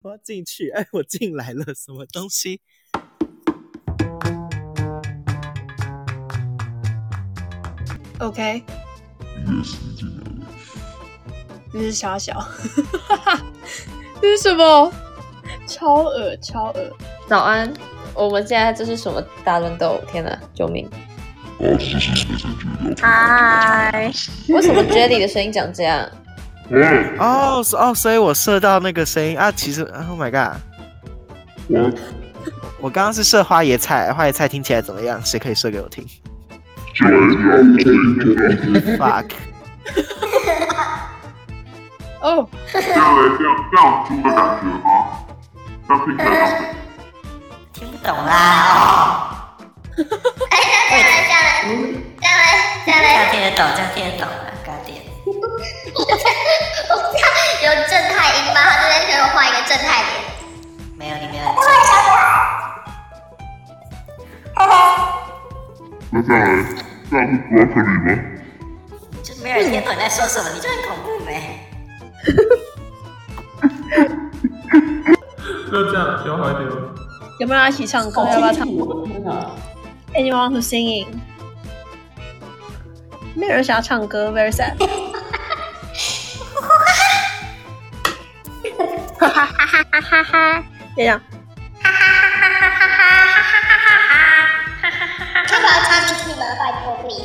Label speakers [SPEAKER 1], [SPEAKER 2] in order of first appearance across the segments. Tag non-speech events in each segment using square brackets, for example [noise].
[SPEAKER 1] 我要进去， [laughs] 哎，我进来了， [laughs] 什么东西？
[SPEAKER 2] OK，这是傻小， [laughs] 这是什么？超恶超恶！
[SPEAKER 3] 早安，我们现在这是什么大乱斗？天哪，救命！
[SPEAKER 4] 嗨，
[SPEAKER 3] 为什么 Jelly 的声音长这样？
[SPEAKER 5] 嗯，
[SPEAKER 1] 哦是哦，所以我射到那个声音啊，其实，Oh my god，
[SPEAKER 5] 我
[SPEAKER 1] 我刚刚是射花椰菜，花椰菜听起来怎么样？谁可以射给我 [laughs] 听
[SPEAKER 5] 就要退掉，
[SPEAKER 1] ？Fuck，
[SPEAKER 2] 哦，
[SPEAKER 5] 要来这样这样猪的感觉吗？这样听起来感觉
[SPEAKER 4] 听不懂啦、哦。哎，这样来，这样来，这样来，这样
[SPEAKER 6] 这
[SPEAKER 4] 来
[SPEAKER 6] 样，听得懂，这样听得懂啊，搞点。
[SPEAKER 4] 我这有正太音吗？他这边给我画一个正太脸。
[SPEAKER 6] 没有，你没有。
[SPEAKER 5] 那这样来，这样是 broccoli 吗？
[SPEAKER 6] 就没有人听懂你在说什么，你就很恐怖呗。
[SPEAKER 7] 就这样，有好一点吗？
[SPEAKER 2] 有没有要一起唱歌？要不要唱
[SPEAKER 7] 我的天哪！
[SPEAKER 2] ？Anyone who singing？没有人想要唱歌，very sad。
[SPEAKER 4] 哈哈哈！
[SPEAKER 2] 别讲，
[SPEAKER 4] 他把我插进去吗？拜托你。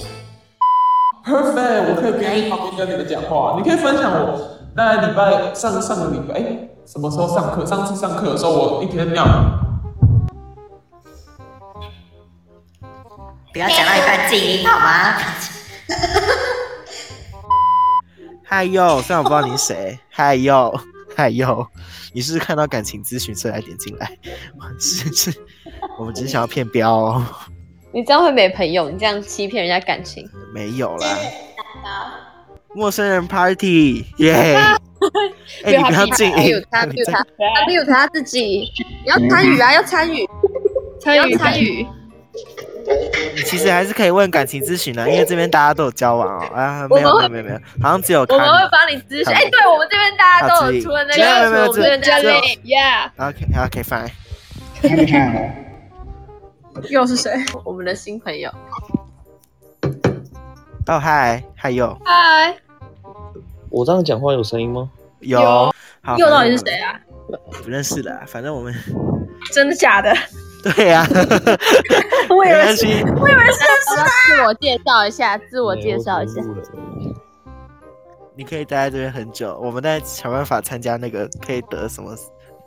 [SPEAKER 7] Perfect，我可以边去旁边跟你们讲话。你可以分享我那礼拜上上个礼拜，哎、什么时候上课？上次上课的时候，我一天尿。
[SPEAKER 6] 不要讲到一半静音好吗？
[SPEAKER 1] 嗨哟，虽然我不知道你是 [laughs] 谁，嗨哟，嗨哟，你是不是看到感情咨询所以才点进来？ [laughs] 是是，我们只是想要骗标、哦，
[SPEAKER 3] 你这样会没朋友，你这样欺骗人家感情。
[SPEAKER 1] 没有
[SPEAKER 4] 这是。
[SPEAKER 1] 啦
[SPEAKER 4] 蛋糕。
[SPEAKER 1] 陌生人 party，耶、
[SPEAKER 3] [laughs]
[SPEAKER 1] 哎、你不要静
[SPEAKER 3] 没有
[SPEAKER 1] 音，
[SPEAKER 3] 他，
[SPEAKER 1] 你
[SPEAKER 3] 没
[SPEAKER 1] [laughs]
[SPEAKER 3] 有
[SPEAKER 1] 这
[SPEAKER 3] 他，他没有他自己，你要参与啊，要参与，
[SPEAKER 2] 参
[SPEAKER 3] 与参
[SPEAKER 2] 与。
[SPEAKER 1] 你其实还是可以问感情咨询的，因为这边大家都有交往哦。啊，没有
[SPEAKER 3] 我
[SPEAKER 1] 没有没有没有，好像只有
[SPEAKER 3] 我们
[SPEAKER 1] 看
[SPEAKER 3] 会帮你咨询。
[SPEAKER 1] 看
[SPEAKER 3] 哎，对我们这边大家都
[SPEAKER 1] 他自
[SPEAKER 3] 有，
[SPEAKER 1] 己
[SPEAKER 3] 除了那
[SPEAKER 1] 没有没有没有
[SPEAKER 3] 个，我们这边大家都有
[SPEAKER 1] 只有
[SPEAKER 2] Yeah，
[SPEAKER 1] OK OK fine，
[SPEAKER 2] 又是谁？
[SPEAKER 3] 我们的新朋友。
[SPEAKER 1] 哦嗨嗨有
[SPEAKER 2] 嗨，
[SPEAKER 8] 我这样讲话有声音吗？
[SPEAKER 1] 有，
[SPEAKER 2] 有
[SPEAKER 1] 好，
[SPEAKER 2] 又到底是谁啊？
[SPEAKER 1] 反正我们？不认识的啊，反正我们 [laughs]
[SPEAKER 2] 真的假的？
[SPEAKER 1] 对呀、啊，
[SPEAKER 2] 我以
[SPEAKER 1] 没
[SPEAKER 2] 为
[SPEAKER 1] 关
[SPEAKER 2] 是
[SPEAKER 1] 系，
[SPEAKER 3] 好吧自我介绍一下，自我介绍一下
[SPEAKER 8] 没。有我只是录了
[SPEAKER 1] 你可以待在这边很久，我们再想办法参加那个可以得什么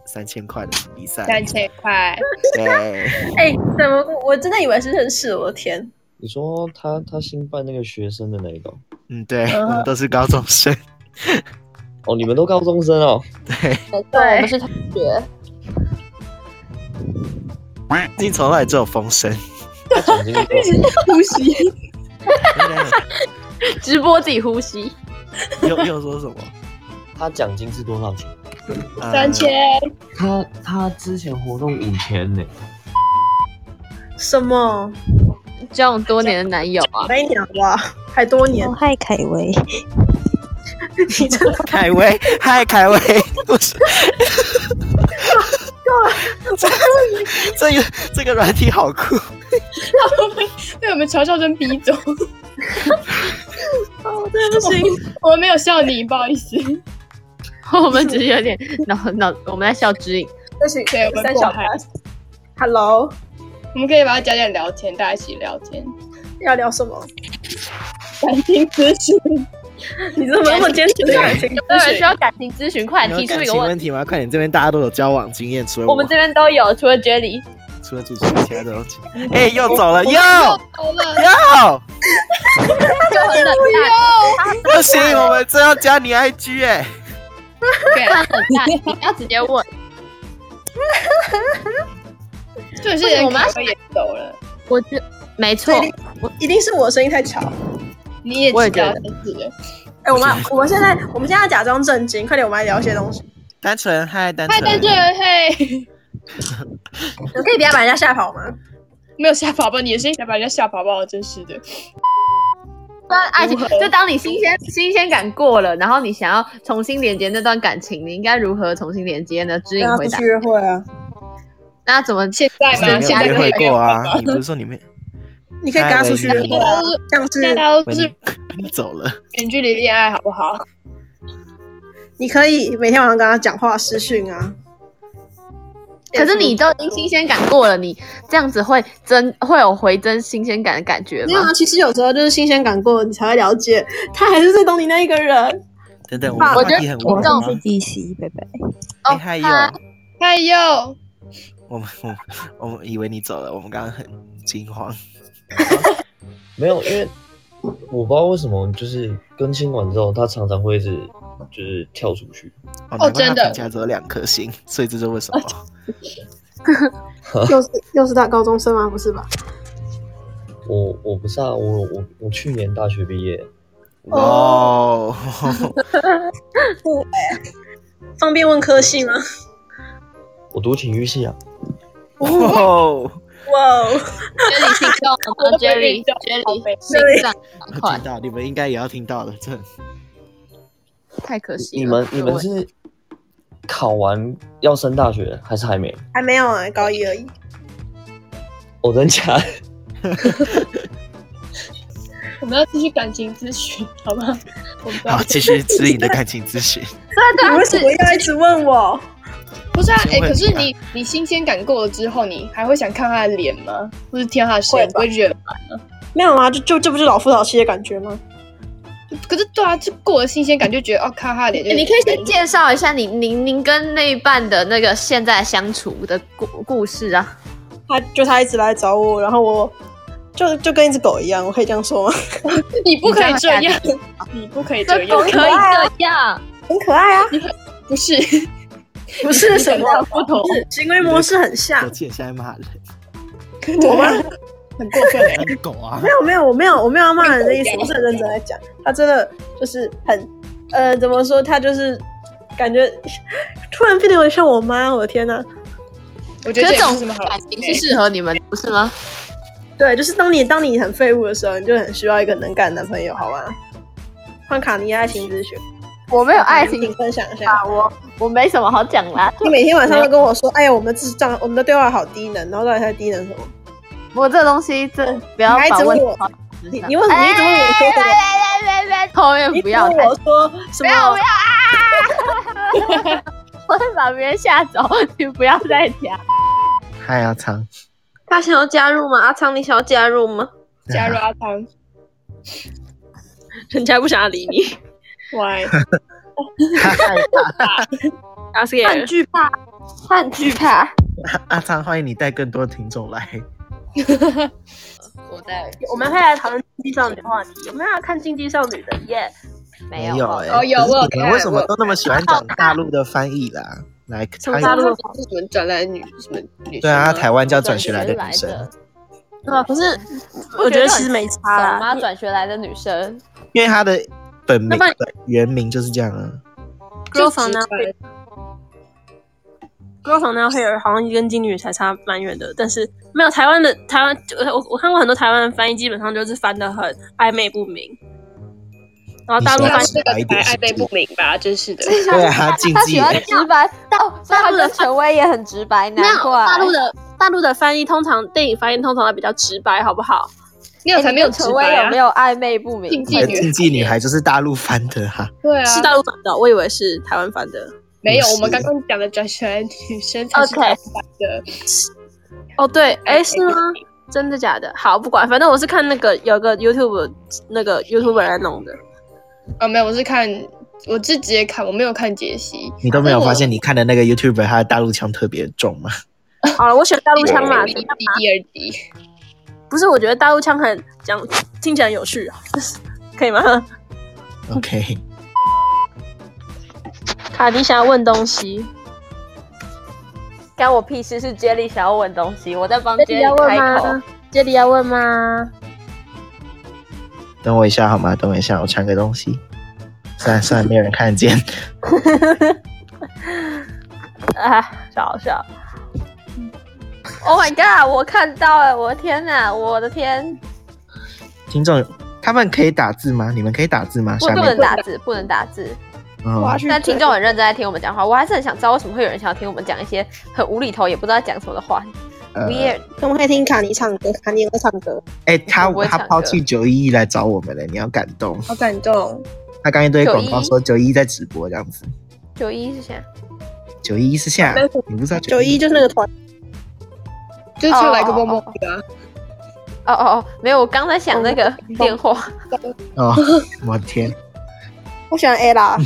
[SPEAKER 1] 三千块的比赛。
[SPEAKER 2] 三千块。
[SPEAKER 1] 对，
[SPEAKER 2] 哎，怎么？我真的以为是认识，我的天！
[SPEAKER 8] 你说他他新办那个学生的那一个哦？
[SPEAKER 1] 嗯对，我们都是高中生，
[SPEAKER 8] 哦，你们都高中生
[SPEAKER 3] [laughs]
[SPEAKER 8] 哦？
[SPEAKER 1] 对，
[SPEAKER 3] 对，我们是同学。
[SPEAKER 1] 进从来只有风声。 [laughs]
[SPEAKER 8] 他讲经过，
[SPEAKER 2] 呼吸。
[SPEAKER 1] 啊
[SPEAKER 3] 直播自己呼吸，
[SPEAKER 1] 又又说什么？
[SPEAKER 8] 他奖金是多少钱？
[SPEAKER 1] 呃
[SPEAKER 2] 三千
[SPEAKER 8] 他他之前活动五千呢，
[SPEAKER 2] 什么？
[SPEAKER 3] 交往多年的男友 [laughs] 啊，
[SPEAKER 2] 那一年好不好？还多年
[SPEAKER 9] 哦，？嗨，凯威，
[SPEAKER 2] 你真的
[SPEAKER 1] 凯
[SPEAKER 3] [laughs]
[SPEAKER 1] 威，嗨，凯威，不是，这这个这个软体好酷，
[SPEAKER 10] [laughs] 被我们嘲笑声逼走。
[SPEAKER 2] 哦，对不 [laughs] 起，
[SPEAKER 10] [laughs] 我们没有笑你，不好意思。 [laughs]
[SPEAKER 3] 我们只是 [laughs] 有点脑脑，我们在笑指引。
[SPEAKER 2] 对不起，
[SPEAKER 10] 对我们
[SPEAKER 2] 三
[SPEAKER 10] 迫
[SPEAKER 2] 小
[SPEAKER 10] 害
[SPEAKER 2] Hello，
[SPEAKER 10] 我们可以把它加点聊天，大家一起聊天。
[SPEAKER 2] 要聊什么？
[SPEAKER 10] 感情咨询，
[SPEAKER 2] 你怎么那么坚持感情
[SPEAKER 3] 有
[SPEAKER 2] 咨
[SPEAKER 3] 人需
[SPEAKER 2] 询？
[SPEAKER 3] 要感情咨询，快
[SPEAKER 1] 你
[SPEAKER 3] 点
[SPEAKER 1] 有
[SPEAKER 3] 提出
[SPEAKER 1] 感
[SPEAKER 3] 一个
[SPEAKER 1] 情
[SPEAKER 3] 问
[SPEAKER 1] 问
[SPEAKER 3] 题。
[SPEAKER 1] 题吗？快点，这边大家都有交往经验，除了
[SPEAKER 3] 我们这边都有，除了 Jelly，
[SPEAKER 1] 除了主持人，其他都
[SPEAKER 3] [laughs]
[SPEAKER 1] 哎、又走了，又
[SPEAKER 10] 好了，
[SPEAKER 1] 又
[SPEAKER 3] 就很冷
[SPEAKER 1] 不行，我们这要加你 IG 哎、
[SPEAKER 3] 淡，很淡，你要直接问。
[SPEAKER 10] 就是
[SPEAKER 3] 为什么我
[SPEAKER 10] 我
[SPEAKER 3] 们
[SPEAKER 10] 们
[SPEAKER 3] 要
[SPEAKER 10] 也走了，
[SPEAKER 3] 我觉没错，
[SPEAKER 2] 一定一定是我声音太吵。
[SPEAKER 10] 你也
[SPEAKER 3] 我也
[SPEAKER 10] 知道
[SPEAKER 3] 觉
[SPEAKER 10] 但是了。
[SPEAKER 2] 哎，我们我们现在我们现在假装震惊，快点，我们来聊一些东西。
[SPEAKER 1] 单纯嗨，单
[SPEAKER 10] 嗨，
[SPEAKER 1] 纯
[SPEAKER 10] 但是，嘿， [laughs]
[SPEAKER 2] 你可以不要把人家吓跑吗？
[SPEAKER 10] 没有吓跑吧？你的声音才把人家吓跑吧？真是的。
[SPEAKER 3] 段爱情，就当你新鲜新鲜感过了，然后你想要重新连接那段感情，你应该如何重新连接呢？指引
[SPEAKER 11] 那
[SPEAKER 3] 回
[SPEAKER 11] 出
[SPEAKER 3] 答
[SPEAKER 11] 去。约会啊？
[SPEAKER 3] 那怎么
[SPEAKER 2] 现在
[SPEAKER 1] 你
[SPEAKER 2] 吗？
[SPEAKER 1] 没
[SPEAKER 2] 现
[SPEAKER 1] 有
[SPEAKER 2] 在
[SPEAKER 1] 约
[SPEAKER 2] 可以
[SPEAKER 1] 会
[SPEAKER 2] 用
[SPEAKER 1] 过啊？你不是说你没？
[SPEAKER 11] 你可以跟他出去约会啊，像是
[SPEAKER 2] 现在都
[SPEAKER 1] 喂
[SPEAKER 2] 是
[SPEAKER 1] 你你走了，
[SPEAKER 2] 远距离恋爱，好不好？
[SPEAKER 11] 你可以每天晚上跟他讲话私讯啊。
[SPEAKER 3] 可是你都已经新鲜感过了，你这样子会增会有回增新鲜感的感觉
[SPEAKER 11] 没有
[SPEAKER 3] 吗
[SPEAKER 11] 啊，？其实有时候就是新鲜感过，你才会了解他还是最懂你那一个人。
[SPEAKER 1] 等等，我
[SPEAKER 11] 爸
[SPEAKER 1] 们话
[SPEAKER 3] 啊我觉得
[SPEAKER 1] 题很
[SPEAKER 3] 我
[SPEAKER 1] 无
[SPEAKER 3] 这
[SPEAKER 1] 聊
[SPEAKER 3] 种
[SPEAKER 1] 吗？
[SPEAKER 12] 第七，拜拜。
[SPEAKER 1] 哎，嗨哟，
[SPEAKER 2] 哎呦，
[SPEAKER 1] 我们我们我们以为你走了，我们刚刚很惊慌。
[SPEAKER 13] 没有，因为我不知道为什么，就是更新完之后，他常常会一直就是跳出去。
[SPEAKER 1] 哦，难怪
[SPEAKER 2] 真
[SPEAKER 1] 他
[SPEAKER 2] 的
[SPEAKER 1] 评价只有两颗星， [laughs] 所以这就是为什么。
[SPEAKER 11] 又是又是大高中生吗？不是吧？
[SPEAKER 13] 我我不是啊，我我我去年大学毕业，
[SPEAKER 1] 哇哦，
[SPEAKER 11] 方便问科系吗？
[SPEAKER 13] 我读体育系啊，
[SPEAKER 1] 哦，
[SPEAKER 11] 哇哦，
[SPEAKER 6] Jerry 心动了吗？Jerry Jerry 心脏很快
[SPEAKER 1] 听，到你们应该也要听到的，这
[SPEAKER 3] 太可惜了。
[SPEAKER 13] 你们你
[SPEAKER 3] 各
[SPEAKER 13] 们
[SPEAKER 3] 位
[SPEAKER 13] 是考完要升大学还是还没？
[SPEAKER 11] 还没有啊，高一而已。
[SPEAKER 13] 我真假？
[SPEAKER 2] 我们要继续感情咨询，好吗？我们不要
[SPEAKER 1] 好，继续指引的感情咨询。
[SPEAKER 3] 对
[SPEAKER 11] 你
[SPEAKER 3] 啊，
[SPEAKER 11] 为什么要一直问我？
[SPEAKER 2] 不是啊，哎、
[SPEAKER 1] 先问
[SPEAKER 2] 可是
[SPEAKER 1] 你啊
[SPEAKER 2] 你你新鲜感过了之后，你还会想看他的脸吗？或是听他的声音？
[SPEAKER 11] 会吧
[SPEAKER 2] 不会觉得？
[SPEAKER 11] 没有啊，就就这不是老夫老妻的感觉吗？
[SPEAKER 2] 可是对啊，就过了新鲜感就觉得哦，看他的脸就
[SPEAKER 3] 哎你可以先介绍一下你您您跟那一半的那个现在相处的故故事啊。
[SPEAKER 11] 他就他一直来找我，然后我就就跟一只狗一样，我可以这样说吗？
[SPEAKER 2] 你不可以这
[SPEAKER 3] 你
[SPEAKER 2] 样，你不可以这
[SPEAKER 3] 这不
[SPEAKER 2] 样，
[SPEAKER 3] 可以这样，
[SPEAKER 11] [laughs] 很可爱啊，
[SPEAKER 2] [laughs] 不是
[SPEAKER 11] 不是什么
[SPEAKER 2] 不同，
[SPEAKER 11] 行为模式很像
[SPEAKER 1] 我。记得现在骂人，
[SPEAKER 11] 我吗？
[SPEAKER 2] 很过分
[SPEAKER 1] [laughs]
[SPEAKER 2] 哎、
[SPEAKER 1] 那是狗啊
[SPEAKER 11] 没，有没有，我没有我没有要骂人的意思，我是很认真在讲。他真的就是很呃，怎么说？他就是感觉 [laughs] 突然变得有点像我妈，我的天呐！
[SPEAKER 2] 我觉
[SPEAKER 3] 可
[SPEAKER 2] 得这也
[SPEAKER 3] 是这
[SPEAKER 2] 不
[SPEAKER 3] 种
[SPEAKER 2] 是什么好
[SPEAKER 3] 感情是适合你们的，不是吗？
[SPEAKER 11] 对，就是当你当你很废物的时候，你就很需要一个能干的男朋友，好吗？换卡尼亚情咨询，
[SPEAKER 3] 我没有爱
[SPEAKER 11] 请你
[SPEAKER 3] 情
[SPEAKER 11] 分享一下。
[SPEAKER 3] 啊，我我没什么好讲啦。
[SPEAKER 11] 你每天晚上都跟我说，哎呀，我们的智障，我们的对话好低能，然后到底在低能什么？
[SPEAKER 3] 我这东西这不要
[SPEAKER 11] 你还一
[SPEAKER 3] 把
[SPEAKER 11] 直
[SPEAKER 3] 问
[SPEAKER 11] 问
[SPEAKER 3] 题
[SPEAKER 11] 我
[SPEAKER 3] 放
[SPEAKER 11] 你你为什么一直问我说什么？
[SPEAKER 3] 后面
[SPEAKER 11] 你
[SPEAKER 3] 不要
[SPEAKER 11] 问
[SPEAKER 3] 太
[SPEAKER 11] 我说什
[SPEAKER 3] 不要不
[SPEAKER 11] 么
[SPEAKER 3] 要？啊！我会把别人吓走，你不要再讲。
[SPEAKER 1] 嗨阿仓，
[SPEAKER 11] 他想要加入吗？阿昌，你想要加入吗？
[SPEAKER 2] 加入阿汤
[SPEAKER 11] [laughs] 人家不想要理你。
[SPEAKER 2] [laughs] ，why？
[SPEAKER 11] 阿 s c
[SPEAKER 12] 很惧怕，他很惧怕。
[SPEAKER 1] [laughs] 阿仓，欢迎你带更多听众来。
[SPEAKER 6] 我在
[SPEAKER 11] 我们会来讨论竞技少女的话题，我们要看竞技少女的耶。
[SPEAKER 6] 没
[SPEAKER 1] 有
[SPEAKER 6] 有
[SPEAKER 1] 哎、
[SPEAKER 2] 哦有
[SPEAKER 1] 可是
[SPEAKER 2] 我有
[SPEAKER 1] 你们
[SPEAKER 2] 看
[SPEAKER 1] 为什么
[SPEAKER 2] 我
[SPEAKER 1] 都那么喜欢讲大陆的翻译啦？来，
[SPEAKER 11] 什么
[SPEAKER 1] 哎
[SPEAKER 11] 大陆
[SPEAKER 2] 是什么转来女什么女生
[SPEAKER 1] 对啊，
[SPEAKER 2] 吗
[SPEAKER 1] 台湾叫转
[SPEAKER 6] 转
[SPEAKER 1] 学
[SPEAKER 6] 学
[SPEAKER 1] 来的
[SPEAKER 6] 来
[SPEAKER 1] 女生
[SPEAKER 6] 的，，
[SPEAKER 11] 对啊，可是
[SPEAKER 6] 我
[SPEAKER 11] 我觉
[SPEAKER 6] 觉
[SPEAKER 11] 得
[SPEAKER 6] 得
[SPEAKER 11] 其实没差啊
[SPEAKER 6] 什
[SPEAKER 11] 啦
[SPEAKER 6] 么。转学来的女生？
[SPEAKER 1] 因为她的本名
[SPEAKER 11] 那不然
[SPEAKER 1] 本原名就是这样啊。
[SPEAKER 11] girl from now girl from now here 好像跟金女才差蛮远的，但是没有台湾的台湾，我我我看过很多台湾的翻译，基本上就是翻的很暧昧不明。然后大陆
[SPEAKER 1] 你说
[SPEAKER 11] 翻
[SPEAKER 1] 的
[SPEAKER 11] 译
[SPEAKER 1] 是
[SPEAKER 2] 这个才暧昧不明吧，真是
[SPEAKER 3] 哎
[SPEAKER 2] 的。
[SPEAKER 1] 对
[SPEAKER 3] [laughs]
[SPEAKER 1] 啊，她禁
[SPEAKER 6] 他
[SPEAKER 1] 忌
[SPEAKER 6] 喜欢直白，但
[SPEAKER 3] 哦
[SPEAKER 6] 但他跟权威也很直白，
[SPEAKER 11] 没
[SPEAKER 6] 难
[SPEAKER 11] 有
[SPEAKER 6] 怪。
[SPEAKER 11] 大陆的大陆的翻译，通常电影翻译通常都比较直白，好不好？
[SPEAKER 2] 你有才没有直
[SPEAKER 6] 权威
[SPEAKER 2] 白
[SPEAKER 6] 有
[SPEAKER 2] 啊
[SPEAKER 6] 没？有暧昧不
[SPEAKER 2] 禁
[SPEAKER 6] 明？
[SPEAKER 2] 忌女，
[SPEAKER 1] 禁忌呃女孩就是大陆翻的哈、
[SPEAKER 2] 对啊，
[SPEAKER 11] 是大陆翻的，我以为是台湾翻的。
[SPEAKER 2] 没有，
[SPEAKER 1] 不是
[SPEAKER 2] 我们刚刚讲的转学来女生才是
[SPEAKER 11] OK
[SPEAKER 2] 台湾的。
[SPEAKER 11] 哦，对，哎，
[SPEAKER 2] 哎
[SPEAKER 11] 是吗？真的假的？好，不管，反正我是看那个有个 YouTube 那个 YouTuber 来弄的。
[SPEAKER 10] 哦
[SPEAKER 2] 啊，没有，我是看，我是直接看，我没有看解析。
[SPEAKER 1] 你都没有
[SPEAKER 2] 但我
[SPEAKER 1] 发现你看的那个 YouTuber 他的大陆腔特别重 [laughs] 吗？
[SPEAKER 11] 好了，我选大陆腔嘛，
[SPEAKER 2] 第一集第二集，
[SPEAKER 11] 不是，我觉得大陆腔很讲听起来很有趣啊，可以吗？
[SPEAKER 1] OK，
[SPEAKER 11] 卡迪想要问东西，
[SPEAKER 6] 干我屁事！是 Jelly 想要问东西，我在帮
[SPEAKER 11] 杰里要
[SPEAKER 6] Jelly
[SPEAKER 11] 问
[SPEAKER 6] 开口
[SPEAKER 11] 吗。？杰里要问吗？
[SPEAKER 1] 等我一下好吗？等我一下，我传个东西。算了算了，没有人看得见。
[SPEAKER 6] 啊，笑笑。Oh my god！我看到了，我的天哪，我的天！
[SPEAKER 1] [laughs] 听众他们可以打字吗？你们可以打字吗？
[SPEAKER 3] 不
[SPEAKER 1] 下
[SPEAKER 3] 不
[SPEAKER 1] 面
[SPEAKER 3] 能打字，不能打字。
[SPEAKER 1] 嗯
[SPEAKER 2] 我要去
[SPEAKER 3] 但听众很认真在听我们讲话，我还是很想知道为什么会有人想要听我们讲一些很无厘头，也不知道在讲什么的话。
[SPEAKER 1] 呃
[SPEAKER 3] Weird，
[SPEAKER 11] 我们可以听卡尼唱歌，卡尼也会唱歌，
[SPEAKER 1] 哎、他
[SPEAKER 3] 我不会
[SPEAKER 1] 他
[SPEAKER 3] 唱
[SPEAKER 1] 抛
[SPEAKER 3] 歌
[SPEAKER 1] 弃九一一来找我们了，你要感动。
[SPEAKER 11] 好感动。
[SPEAKER 1] 他刚一堆广告
[SPEAKER 3] 91
[SPEAKER 1] 说九一一在直播这样子，
[SPEAKER 3] 九一是谁？啊
[SPEAKER 1] 九一一是下
[SPEAKER 11] 没错，
[SPEAKER 1] 你不知道
[SPEAKER 11] 九一就是那个团，就是
[SPEAKER 3] 哦
[SPEAKER 11] 唱来个蹦蹦
[SPEAKER 3] 哦
[SPEAKER 11] 的啊，
[SPEAKER 3] 哦哦哦，没有，我刚才想那个 [laughs] 电话。 [laughs]
[SPEAKER 1] 哦，我天，
[SPEAKER 11] 我喜欢 ella，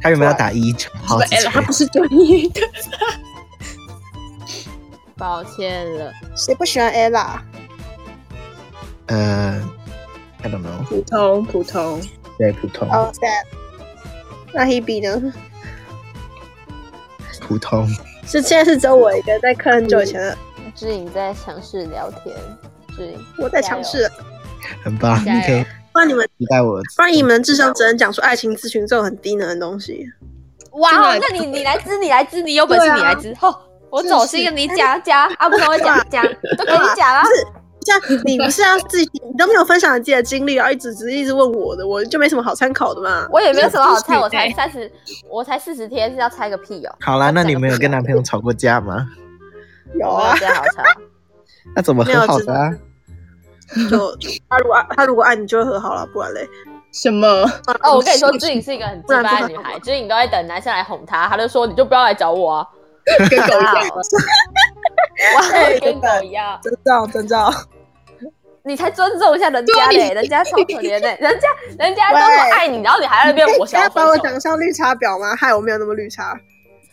[SPEAKER 1] 他原本要打一九，好几
[SPEAKER 11] 是 ella，他
[SPEAKER 1] 锤
[SPEAKER 11] 不是九一的，
[SPEAKER 3] 抱歉了，
[SPEAKER 11] 谁不喜欢 ella？
[SPEAKER 1] 呃，I don't know，
[SPEAKER 11] 普通普通。
[SPEAKER 1] 对，普通，
[SPEAKER 11] 哦、sad。那 Hebe 呢？
[SPEAKER 1] 普通，
[SPEAKER 11] 是现在是只有我一个在看很久以前的，
[SPEAKER 3] 志颖在尝试聊天。志颖，
[SPEAKER 11] 我在尝试。
[SPEAKER 1] 很棒，
[SPEAKER 3] 加油
[SPEAKER 1] 你可以
[SPEAKER 11] 不然你们，
[SPEAKER 1] 期待我。
[SPEAKER 11] 不然你们的智商只能讲出爱情咨询这种很低能的东西。
[SPEAKER 3] 哇
[SPEAKER 11] 真的
[SPEAKER 3] 哦，那你你来支，你来支，你有本事
[SPEAKER 11] 对啊
[SPEAKER 3] 你来支。吼，我走
[SPEAKER 11] 是
[SPEAKER 3] 心了，你讲讲啊，不然我讲 [laughs] 讲，都给你讲啊啦
[SPEAKER 11] 不。是，像你不是要自己，你都没有分享你自己的经历，然后一直只是一直问我的，我就没什么好参考的嘛。
[SPEAKER 3] 我也没有什么好猜，我才
[SPEAKER 11] 就是
[SPEAKER 3] 三十，我才四十天，是要猜个屁哦！
[SPEAKER 1] 好啦，那你们有跟男朋友吵过架吗？
[SPEAKER 11] 你有
[SPEAKER 3] 我
[SPEAKER 11] 啊
[SPEAKER 3] 有，这样好吵，
[SPEAKER 1] 那怎么
[SPEAKER 11] 没有
[SPEAKER 1] 和好的、啊？
[SPEAKER 11] 就他如果爱他如果爱你就和好了，不然嘞。
[SPEAKER 10] 什么？
[SPEAKER 3] 哦，我跟你说，志 [laughs] 颖是一个很
[SPEAKER 11] 不
[SPEAKER 3] 直
[SPEAKER 11] 然不
[SPEAKER 3] 白
[SPEAKER 11] 好
[SPEAKER 3] 的女孩，志颖都在等男生来哄她，她就说你就不要来找我啊，
[SPEAKER 10] 跟狗一样。
[SPEAKER 3] [laughs] 哇，
[SPEAKER 11] 真
[SPEAKER 3] 跟
[SPEAKER 11] 的
[SPEAKER 3] 狗一样，
[SPEAKER 11] [laughs] 真照真哦照，
[SPEAKER 3] [laughs] 你才尊重一下人
[SPEAKER 11] 啊
[SPEAKER 3] 家
[SPEAKER 10] 对
[SPEAKER 3] 嘞，
[SPEAKER 10] 你
[SPEAKER 3] 人家超可怜的，人
[SPEAKER 11] [laughs]
[SPEAKER 3] 家人家都我爱你，然后你还在那边我
[SPEAKER 11] 不
[SPEAKER 3] 想要
[SPEAKER 11] 哎要
[SPEAKER 3] 分
[SPEAKER 11] 把我
[SPEAKER 3] 手
[SPEAKER 11] 讲，上绿茶婊吗？害我没有那么绿茶，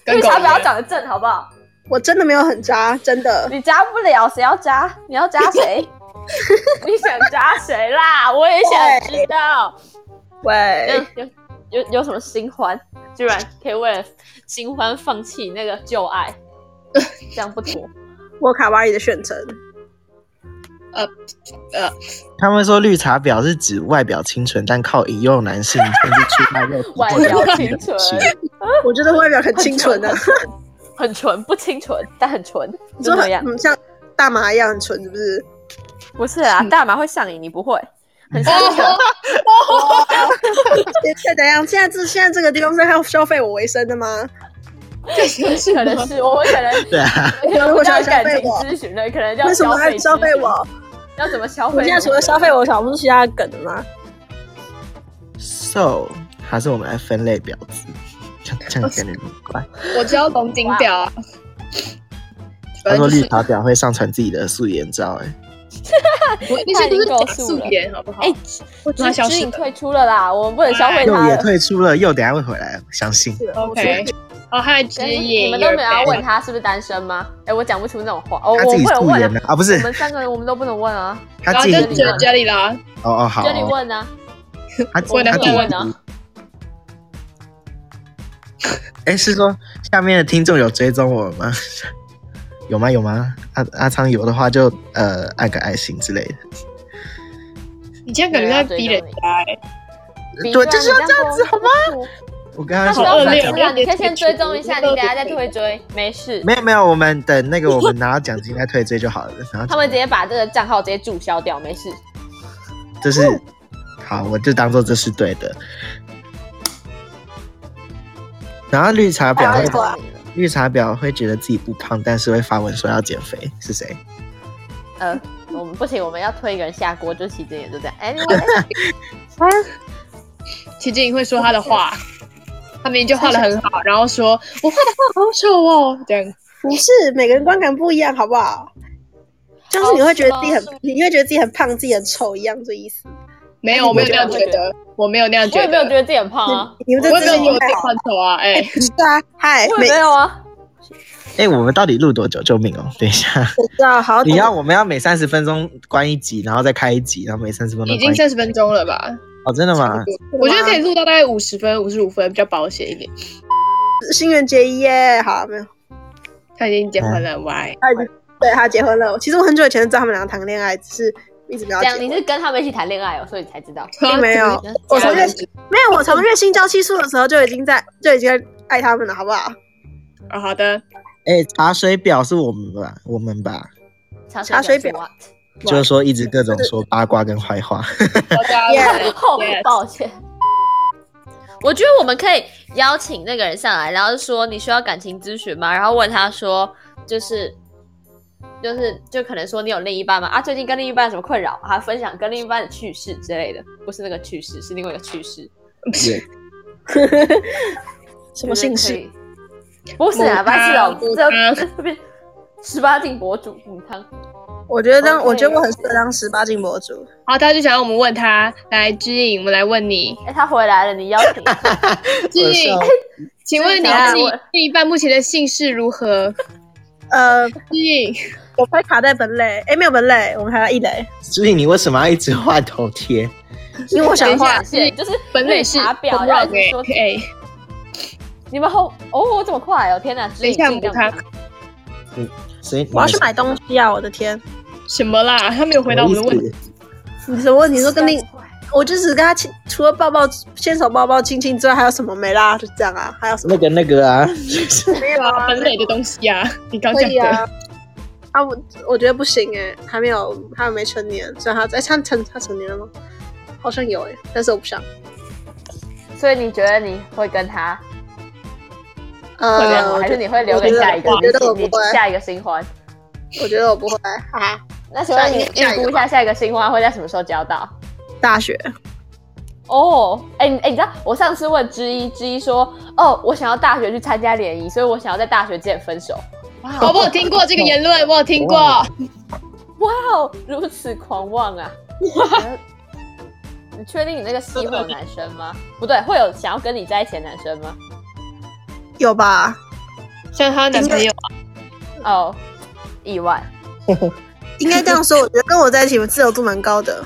[SPEAKER 3] 绿茶不要长得正好不好？
[SPEAKER 11] 我真的没有很渣，真的。
[SPEAKER 3] 你扎不了，谁要扎？你要扎
[SPEAKER 11] [laughs]
[SPEAKER 3] 谁？你想扎谁啦？我也想知道。
[SPEAKER 11] 喂，
[SPEAKER 3] 有有有有什么新欢，居然可以为了新欢放弃那个旧爱，这样不妥。
[SPEAKER 11] 我卡哇伊的炫成，
[SPEAKER 1] 他们说绿茶婊是指外表清纯但靠引诱男性，甚至出卖肉体
[SPEAKER 3] 外
[SPEAKER 1] 或者
[SPEAKER 11] [laughs]
[SPEAKER 3] 表
[SPEAKER 1] 性的
[SPEAKER 3] 清
[SPEAKER 1] 女性
[SPEAKER 3] 纯
[SPEAKER 11] 我觉得外表很清纯的、
[SPEAKER 3] 很纯，很纯不清纯，但很纯，
[SPEAKER 11] [laughs] 你
[SPEAKER 3] 就
[SPEAKER 11] 说
[SPEAKER 3] 那
[SPEAKER 11] 很
[SPEAKER 3] 样。
[SPEAKER 11] 嗯像大麻一样很纯，是不是？ [laughs]
[SPEAKER 3] 不是啊，
[SPEAKER 11] 嗯
[SPEAKER 3] 大麻会上瘾，你不会。很像那
[SPEAKER 11] 哦
[SPEAKER 3] 个
[SPEAKER 11] 现在怎样？现在这现在这个地方是要消费我为生的吗？
[SPEAKER 3] 可能是我可能
[SPEAKER 1] 对啊，
[SPEAKER 3] 可能不叫感情
[SPEAKER 11] 我
[SPEAKER 3] 咨询的，可能叫
[SPEAKER 11] 为什么还
[SPEAKER 3] 费
[SPEAKER 11] 消费
[SPEAKER 3] 咨询
[SPEAKER 11] 我？？
[SPEAKER 3] 要怎么消费
[SPEAKER 11] 我
[SPEAKER 3] 我？
[SPEAKER 11] 现在除了消费我，想不出其他的梗了吗？
[SPEAKER 1] So，还是我们来分类婊子，这样这样感觉很怪。
[SPEAKER 10] 我知道龙井表啊，
[SPEAKER 1] 他
[SPEAKER 10] 反正
[SPEAKER 1] 说
[SPEAKER 3] 呃
[SPEAKER 10] 就
[SPEAKER 1] 绿
[SPEAKER 10] 是
[SPEAKER 1] 茶婊会上传自己的素颜照、欸，
[SPEAKER 10] 我那些都是假素颜，好不好？
[SPEAKER 2] 哦
[SPEAKER 3] 哎，
[SPEAKER 10] 我
[SPEAKER 3] 知
[SPEAKER 10] 消
[SPEAKER 3] 知
[SPEAKER 10] 失
[SPEAKER 3] 影退出了啦，我们不能消费
[SPEAKER 1] 哎，又
[SPEAKER 3] 他
[SPEAKER 1] 也
[SPEAKER 3] 了。
[SPEAKER 1] 退出了，又等下会回来，我相信。
[SPEAKER 10] OK。哦，嗨，直
[SPEAKER 3] 哎
[SPEAKER 10] 野，
[SPEAKER 3] 你们都没有要
[SPEAKER 10] you're
[SPEAKER 3] 问他是不是单身吗？哎，我讲不出那种话，哦，
[SPEAKER 1] 他
[SPEAKER 3] 我
[SPEAKER 1] 自己
[SPEAKER 3] 不能
[SPEAKER 1] 素颜
[SPEAKER 3] 问
[SPEAKER 1] 的
[SPEAKER 3] 啊。
[SPEAKER 1] 啊，不
[SPEAKER 3] 我
[SPEAKER 1] 是
[SPEAKER 3] 们三个人我们都不能问啊，
[SPEAKER 10] back 然
[SPEAKER 1] 他
[SPEAKER 10] 后
[SPEAKER 1] 自己
[SPEAKER 10] 就
[SPEAKER 3] 然后
[SPEAKER 10] 就这里啦，
[SPEAKER 1] 哦哦好
[SPEAKER 3] 这里
[SPEAKER 1] 哦，
[SPEAKER 3] 问啊，
[SPEAKER 1] 他自
[SPEAKER 10] 我
[SPEAKER 1] 他
[SPEAKER 10] 能
[SPEAKER 1] 自己
[SPEAKER 10] 问
[SPEAKER 3] 啊
[SPEAKER 1] [laughs] 哎，是说下面的听众有追踪我吗？ [laughs] 有吗？有吗？阿阿昌有的话就呃按个爱心之类的。
[SPEAKER 10] 你这样感觉
[SPEAKER 3] 啊
[SPEAKER 10] 在逼人家哎。
[SPEAKER 1] 对
[SPEAKER 3] 比如说
[SPEAKER 1] 就是要
[SPEAKER 3] 你
[SPEAKER 1] 这样子
[SPEAKER 3] 样
[SPEAKER 1] 好
[SPEAKER 3] 吗？
[SPEAKER 1] 我刚刚
[SPEAKER 3] 那不
[SPEAKER 1] 说
[SPEAKER 10] 好
[SPEAKER 1] 呃
[SPEAKER 3] 要
[SPEAKER 10] 恶
[SPEAKER 3] 反
[SPEAKER 10] 劣
[SPEAKER 3] 击啊，你可以先追踪一下，你等下再退追，没事。
[SPEAKER 1] 没有没有，我们等那个我们拿到奖金再退追就好了。然后
[SPEAKER 3] 他们直接把这个账号直接注销掉，没事。
[SPEAKER 1] 就是好，我就当做这是对的。然后绿茶婊
[SPEAKER 11] 哎
[SPEAKER 1] 会
[SPEAKER 11] 错啊
[SPEAKER 1] 绿茶婊会觉得自己不胖，但是会发文说要减肥，是谁？
[SPEAKER 3] 呃，我们不行，我们要推一个人下锅，就其实也就这样。Anyway，
[SPEAKER 11] [laughs]
[SPEAKER 10] 齐志颖会说他的话，他明明就画的很好，然后说我画的画好丑哦，这样。
[SPEAKER 11] 不是每个人观感不一样，好不好？就是你会觉得自己
[SPEAKER 3] 好
[SPEAKER 11] 很，你会觉得自己很胖，自己很丑一样，这意思。
[SPEAKER 10] 没有，我没有那样觉得，我没有那样
[SPEAKER 3] 我
[SPEAKER 10] 觉
[SPEAKER 3] 也没有觉
[SPEAKER 10] 得，
[SPEAKER 3] 得自己很胖啊，
[SPEAKER 11] 你们这
[SPEAKER 10] 我也
[SPEAKER 11] 资
[SPEAKER 10] 没有
[SPEAKER 11] 讯
[SPEAKER 10] 觉得自
[SPEAKER 11] 应该
[SPEAKER 10] 己
[SPEAKER 11] 好。
[SPEAKER 10] 很丑啊，哎
[SPEAKER 11] [laughs] 哎，，不是啊，嗨，
[SPEAKER 3] 我
[SPEAKER 11] 没
[SPEAKER 3] 也没有啊。
[SPEAKER 1] 哎、我们到底录多久？救命哦！等一下，
[SPEAKER 11] 不知道，好好
[SPEAKER 1] 你
[SPEAKER 11] 啊懂
[SPEAKER 1] 要我们要每三十分钟关一集，然后再开一集，然后每三十分钟
[SPEAKER 10] 已
[SPEAKER 1] 关
[SPEAKER 10] 经
[SPEAKER 1] 一集。
[SPEAKER 10] 三十分钟了吧？
[SPEAKER 1] 哦，真的吗？
[SPEAKER 10] 我觉得可以录到大概五十分、五十五分，比较保险一点。
[SPEAKER 11] 新垣结衣耶，好没有，
[SPEAKER 10] 他已经结婚了，Y。
[SPEAKER 11] 他已经对他结婚了。其实我很久以前就知道他们两个谈恋爱，只是一直没有
[SPEAKER 3] 这
[SPEAKER 11] 结
[SPEAKER 3] 样
[SPEAKER 11] 婚
[SPEAKER 3] 你。是跟他们一起谈恋爱哦，所以你才知道。
[SPEAKER 11] 并没有，我从月没有，我从月薪交期数的时候就已经在就已经在爱他们了，好不好？
[SPEAKER 10] 哦，好的，
[SPEAKER 1] 哎、茶水婊是我们吧？我们吧？
[SPEAKER 3] 茶
[SPEAKER 11] 茶水
[SPEAKER 3] 婊
[SPEAKER 11] 婊
[SPEAKER 3] ，what？
[SPEAKER 1] 就是说一直各种说八卦跟坏话。
[SPEAKER 3] [laughs] 后抱歉。我觉得我们可以邀请那个人上来，然后说你需要感情咨询吗？然后问他说，就是就是就可能说你有另一半吗？啊，最近跟另一半有什么困扰啊？分享跟另一半的趣事之类的，不是那个趣事，是另外一个趣事。
[SPEAKER 9] 什么姓氏？
[SPEAKER 3] 不是啊，
[SPEAKER 9] 母
[SPEAKER 3] 白
[SPEAKER 9] 汤
[SPEAKER 3] 痴哦，
[SPEAKER 9] 母
[SPEAKER 3] 这这不是 [laughs] 十八禁博主母汤。
[SPEAKER 11] 我觉得
[SPEAKER 10] 哦
[SPEAKER 11] 当我觉得我很适合当十八禁博主。
[SPEAKER 2] 好，大家就想要我们问他，来知颖，我们来问你。
[SPEAKER 3] 哎、他回来了，你邀请。
[SPEAKER 2] 知颖，请问你
[SPEAKER 3] 我想
[SPEAKER 2] 自己
[SPEAKER 3] 问
[SPEAKER 2] 另一半目前的姓氏如何？
[SPEAKER 11] 呃，
[SPEAKER 2] 知颖，
[SPEAKER 11] 我们卡在本垒，哎，没有本垒，我们还在一垒。
[SPEAKER 1] 所以你为什么要一直画头贴？
[SPEAKER 11] 因为我想画
[SPEAKER 3] 是就是
[SPEAKER 2] 本垒是
[SPEAKER 3] 查表，
[SPEAKER 2] 红
[SPEAKER 3] 然后
[SPEAKER 2] 狼
[SPEAKER 3] 一直说
[SPEAKER 2] 哎，
[SPEAKER 3] 你们后哦这么快哦，天哪！
[SPEAKER 11] 等一下母汤，
[SPEAKER 1] 嗯，所以你
[SPEAKER 11] 我要去买东西啊！我的天，
[SPEAKER 2] 什么啦？他没有回
[SPEAKER 1] 答我的问
[SPEAKER 11] 题。你什么问题？说跟另，我就只跟他亲，除了抱抱、牵手、抱抱、亲亲之外，还有什么没啦？就这样啊，还有什么？
[SPEAKER 3] [laughs]
[SPEAKER 1] 那个那个啊，
[SPEAKER 11] 没有啊，
[SPEAKER 2] 本垒的东西啊，你刚
[SPEAKER 11] 可
[SPEAKER 2] 讲
[SPEAKER 11] 以啊
[SPEAKER 2] 的。。
[SPEAKER 11] 啊，我我觉得不行哎、还没有，还没成年，虽然他哎在，他成他成年了吗？好像有哎、但是我不想。
[SPEAKER 3] 所以你觉得你会跟他？
[SPEAKER 11] 呃
[SPEAKER 3] 会跟我还是你会留给下一个？
[SPEAKER 11] 我觉得我
[SPEAKER 3] 你
[SPEAKER 11] 不会
[SPEAKER 3] 你下一个新欢？
[SPEAKER 11] 我觉得我不会啊。
[SPEAKER 3] 那请问你
[SPEAKER 11] 下一个
[SPEAKER 3] 预估一下下一个新欢会在什么时候交到？
[SPEAKER 11] 大学，
[SPEAKER 3] 哦，哎、你哎、你知道我上次问之一，之一说，哦，我想要大学去参加联谊，所以我想要在大学之前分手。
[SPEAKER 2] 哦我我有听过这个言论，我有听过。
[SPEAKER 3] 哇哦，如此狂妄啊！你确定你那个系会有男生吗？不对，会有想要跟你在一起的男生吗？
[SPEAKER 11] 有吧？
[SPEAKER 2] 像她
[SPEAKER 11] 男朋友
[SPEAKER 3] 哦，意外。
[SPEAKER 11] 应该这样说，我觉得跟我在一起自由度蛮高的，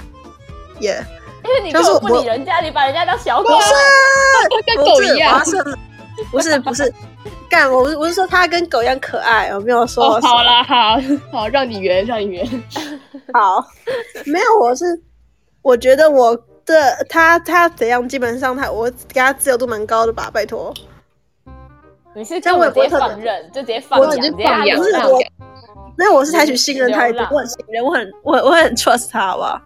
[SPEAKER 11] 耶、
[SPEAKER 3] 因为你
[SPEAKER 11] 但
[SPEAKER 3] 根
[SPEAKER 11] 是
[SPEAKER 3] 本不
[SPEAKER 11] 我
[SPEAKER 3] 理人家，你把人家当小狗，，
[SPEAKER 11] 不是不是我要说不是不是，干我是我是说他跟狗一样可爱，我没有说
[SPEAKER 2] 哦，好啦，好 [laughs] 好，让你圆，让你圆。
[SPEAKER 11] 好，没有，我是我觉得我的他他怎样，基本上他我给他自由度蛮高的吧，拜托，
[SPEAKER 3] 你是
[SPEAKER 11] 这
[SPEAKER 3] 根
[SPEAKER 11] 样我也
[SPEAKER 3] 本
[SPEAKER 11] 不
[SPEAKER 3] 直接放
[SPEAKER 11] 会特别
[SPEAKER 3] 任，就直接放
[SPEAKER 11] 我
[SPEAKER 3] 养，
[SPEAKER 11] 直接
[SPEAKER 3] 直接让
[SPEAKER 11] 放养
[SPEAKER 3] 他
[SPEAKER 11] 是我没有，我是采取信任态度，我很信任，我很我我很 trust 他，好不好？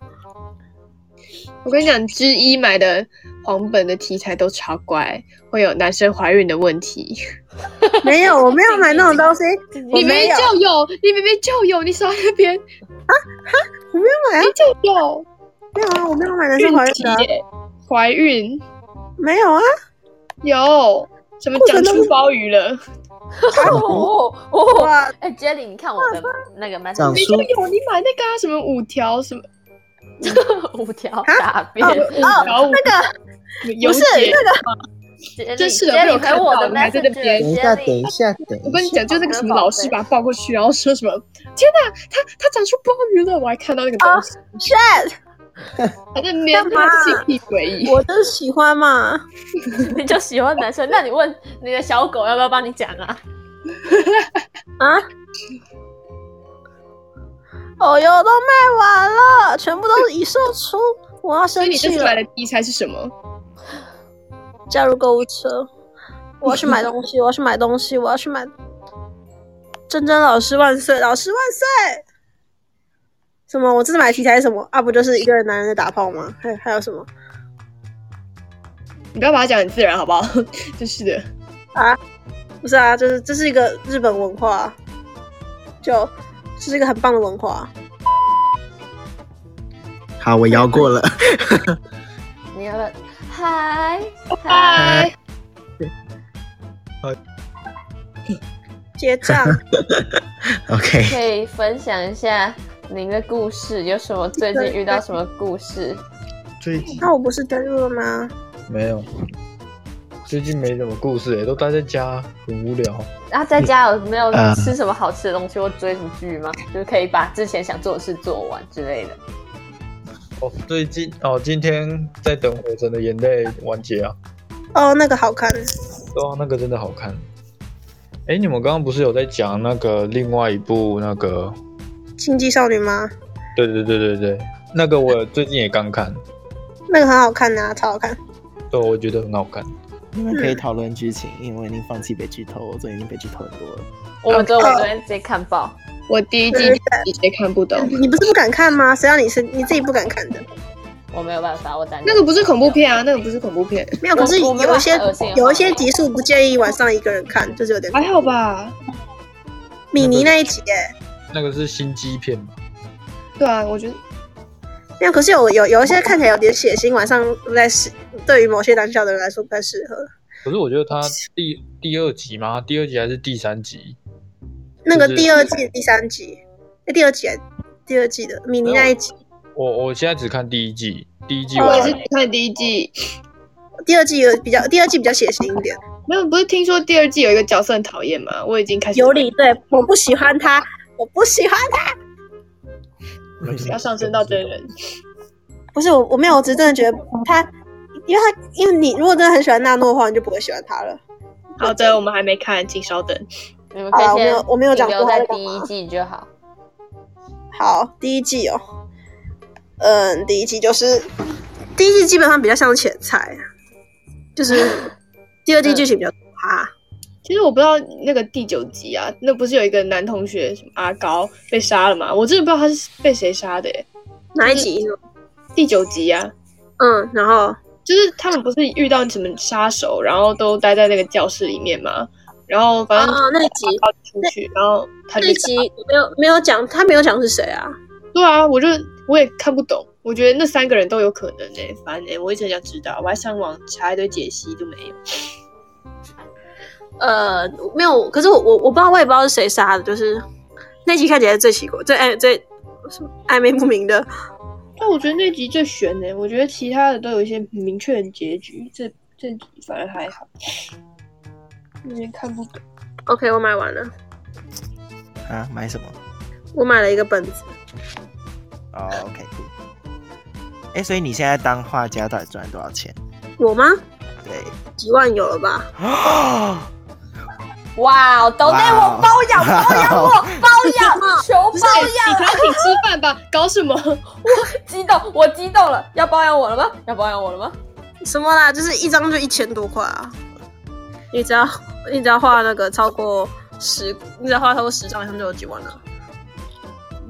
[SPEAKER 2] 我跟你讲，之一买的黄本的题材都超乖，会有男生怀孕的问题。
[SPEAKER 11] 没有，我没有买那种东西，我
[SPEAKER 2] 你明明
[SPEAKER 11] 没有，
[SPEAKER 2] 就有，你明明就有，你少在那边。
[SPEAKER 11] 我没有买啊，
[SPEAKER 2] 就有，
[SPEAKER 11] 没有啊，我没有买男生怀孕的啊
[SPEAKER 2] 孕期耶，怀孕
[SPEAKER 11] 没有啊，
[SPEAKER 2] 有什么长出鲍鱼了？
[SPEAKER 3] 哦哦
[SPEAKER 11] 哇！
[SPEAKER 3] 哎，Jelly，你看我的那个 m e
[SPEAKER 1] 长
[SPEAKER 2] 你
[SPEAKER 1] 出
[SPEAKER 2] 就有，你买那个啊什么五条什么
[SPEAKER 11] 哦
[SPEAKER 3] 五条大便，
[SPEAKER 2] 哦哦那
[SPEAKER 11] 不是那个。
[SPEAKER 2] 真是的，没有
[SPEAKER 3] Jelly
[SPEAKER 2] 看
[SPEAKER 3] 回
[SPEAKER 2] 到
[SPEAKER 3] 我的
[SPEAKER 2] 你还在
[SPEAKER 3] message，
[SPEAKER 2] 那边。
[SPEAKER 1] 等一下，等一下，等
[SPEAKER 2] 我跟
[SPEAKER 1] 一
[SPEAKER 2] 你
[SPEAKER 1] 下，
[SPEAKER 2] 讲，就那个什么老师把他抱过去，然后说什么“天哪，他他长出鲍鱼了”，我还看到那个东西，
[SPEAKER 11] shit，
[SPEAKER 2] 还在那边
[SPEAKER 11] 干嘛
[SPEAKER 2] 气屁诡异。
[SPEAKER 11] 我就是喜欢嘛，
[SPEAKER 3] 你就喜欢男生，那你问你的小狗要不要帮你讲啊？
[SPEAKER 11] 啊！哦哟，都卖完了，全部都是已售出，我要
[SPEAKER 2] 所以
[SPEAKER 11] 生
[SPEAKER 2] 你这
[SPEAKER 11] 气
[SPEAKER 2] 次
[SPEAKER 11] 了
[SPEAKER 2] 买。的题材是什么？
[SPEAKER 11] 加入购物车，我要去买东西，我要去买东西，我要去买。珍珍老师万岁，老师万岁！什么？我这次买的题材是什么？啊，不就是一个人男人在打炮吗？还还有什么
[SPEAKER 2] 你不要把它讲很自然好不好？ [laughs] 真是的，
[SPEAKER 11] 啊？不是啊，就是这是一个日本文化，啊就这是一个很棒的文化。啊
[SPEAKER 1] 好，我摇过了。 [laughs]
[SPEAKER 3] 你要不要？嗨
[SPEAKER 2] 嗨，
[SPEAKER 11] 结账，
[SPEAKER 1] OK，
[SPEAKER 3] 可以分享一下您的故事，有什么最近遇到什么故事？
[SPEAKER 8] 最近
[SPEAKER 11] 那我不是登录了吗？
[SPEAKER 8] 没有，最近没什么故事、欸，都待在家，很无聊。
[SPEAKER 3] 然后啊在家有没有
[SPEAKER 2] 呃
[SPEAKER 8] 嗯
[SPEAKER 3] 吃什么好吃的东西或追什么剧吗？就是可以把之前想做的事做完之类的。
[SPEAKER 8] 哦，最近哦，今天在等《火神的眼泪》完结啊，
[SPEAKER 11] 哦，那个好看，
[SPEAKER 8] 对啊，那个真的好看。哎、你们刚刚不是有在讲那个另外一部那个？
[SPEAKER 11] 《星际少女》吗？
[SPEAKER 8] 对对对对对，那个我最近也刚看，
[SPEAKER 11] 那个很好看呐、超好看。
[SPEAKER 8] 对，我觉得很好看。
[SPEAKER 1] 你们可以讨论剧情，因为我已经放弃被剧透，我最近被剧透很多了。
[SPEAKER 3] 我们昨我昨天直接看爆，
[SPEAKER 2] 我第一季直接看不
[SPEAKER 3] 嗯
[SPEAKER 2] 懂，
[SPEAKER 11] 你不是不敢看吗？谁让你是你自己不敢看的？
[SPEAKER 3] 我没有办法，我胆
[SPEAKER 2] 那个不是恐怖片啊，那个不是恐怖片，
[SPEAKER 11] 没有，可是
[SPEAKER 3] 我没
[SPEAKER 11] 有一些
[SPEAKER 3] 办法恶心的哎
[SPEAKER 11] 有一
[SPEAKER 3] 画
[SPEAKER 11] 些
[SPEAKER 3] 面
[SPEAKER 11] 集数不建议晚上一个人看，就是有点
[SPEAKER 2] 还好吧？
[SPEAKER 11] 米妮那一集耶，
[SPEAKER 13] 那个是心机片吧？
[SPEAKER 2] 对啊，我觉得
[SPEAKER 11] 没有，可是有有有一些看起来有点血腥，晚上不太适，对于某些胆小的人来说不太适合。
[SPEAKER 13] 可是我觉得他第第二集嘛，第二集还是第三集？
[SPEAKER 11] 那个
[SPEAKER 13] 就是
[SPEAKER 11] 第二季第三集，哎，第二集还第二季的米妮那一集，
[SPEAKER 13] 我我现在只看第一季，第一季
[SPEAKER 2] 哦我也
[SPEAKER 13] 还
[SPEAKER 2] 是看第一季，
[SPEAKER 11] 第二季有比较，第二季比较血腥一点。
[SPEAKER 2] 没有，不是听说第二季有一个角色很讨厌吗？我已经开始
[SPEAKER 11] 有理，对，我不喜欢他，我不喜欢他。
[SPEAKER 2] 要上升到真人，
[SPEAKER 11] 不是我，我没有，我只是真的觉得他，因为他，因为你如果真的很喜欢纳诺的话，你就不会喜欢他了。
[SPEAKER 2] 好的，我们还没看，请稍等。
[SPEAKER 3] 你们
[SPEAKER 11] 好
[SPEAKER 3] 可以
[SPEAKER 11] 啊了，我没
[SPEAKER 3] 先
[SPEAKER 11] 有，我没有讲
[SPEAKER 3] 停留
[SPEAKER 11] 过他
[SPEAKER 3] 在
[SPEAKER 11] 在干
[SPEAKER 3] 第一
[SPEAKER 11] 嘛。
[SPEAKER 3] 季就好。
[SPEAKER 11] 好，第一季哦，嗯，第一季就是第一季基本上比较像前菜，就是第二季剧情比较多啊。
[SPEAKER 2] 其实我不知道那个第九集啊，那不是有一个男同学什么阿高被杀了吗？我真的不知道他是被谁杀的、欸，
[SPEAKER 11] 哪一集？
[SPEAKER 2] 第九集啊，
[SPEAKER 11] 嗯，然后
[SPEAKER 2] 就是他们不是遇到什么杀手，然后都待在那个教室里面嘛，然后反正
[SPEAKER 11] 哦那一集
[SPEAKER 2] 阿高出去，然后他就
[SPEAKER 11] 那一集没有没有讲，他没有讲是谁啊？
[SPEAKER 2] 对啊，我就我也看不懂，我觉得那三个人都有可能哎、欸，烦哎、我一直很想知道，我还上网查一堆解析都没有。
[SPEAKER 11] 呃，没有，可是我我我不知道，我也不知道是谁杀的，就是那集看起来是最奇怪、最暧最暧昧不明的。
[SPEAKER 2] 但我觉得那集最悬呢、我觉得其他的都有一些很明确的结局，这这集反而还好，有点看不懂。
[SPEAKER 11] OK，我买完了，
[SPEAKER 1] 啊，买什么？
[SPEAKER 11] 我买了一个本子，
[SPEAKER 1] 哦，OK，哎、所以你现在当画家到底赚多少钱？
[SPEAKER 11] 有吗？
[SPEAKER 1] 对，
[SPEAKER 11] 几万有了吧？
[SPEAKER 3] 啊哇，哦都哎
[SPEAKER 1] 内
[SPEAKER 2] 哦
[SPEAKER 1] 我包养包养
[SPEAKER 2] [laughs]
[SPEAKER 1] 我
[SPEAKER 3] 包
[SPEAKER 11] [laughs]
[SPEAKER 3] 养，求
[SPEAKER 2] 不是，
[SPEAKER 3] 包
[SPEAKER 2] 哎你
[SPEAKER 3] 养！
[SPEAKER 2] 赶紧吃饭吧，搞什么？
[SPEAKER 3] 我激动，我激动了，要包养我了吗？要包养我了吗？
[SPEAKER 11] 什么啦？就是一张就一千多块啊！你只要你只要画那个超过十，你只要画超过十张，好像就有几万了。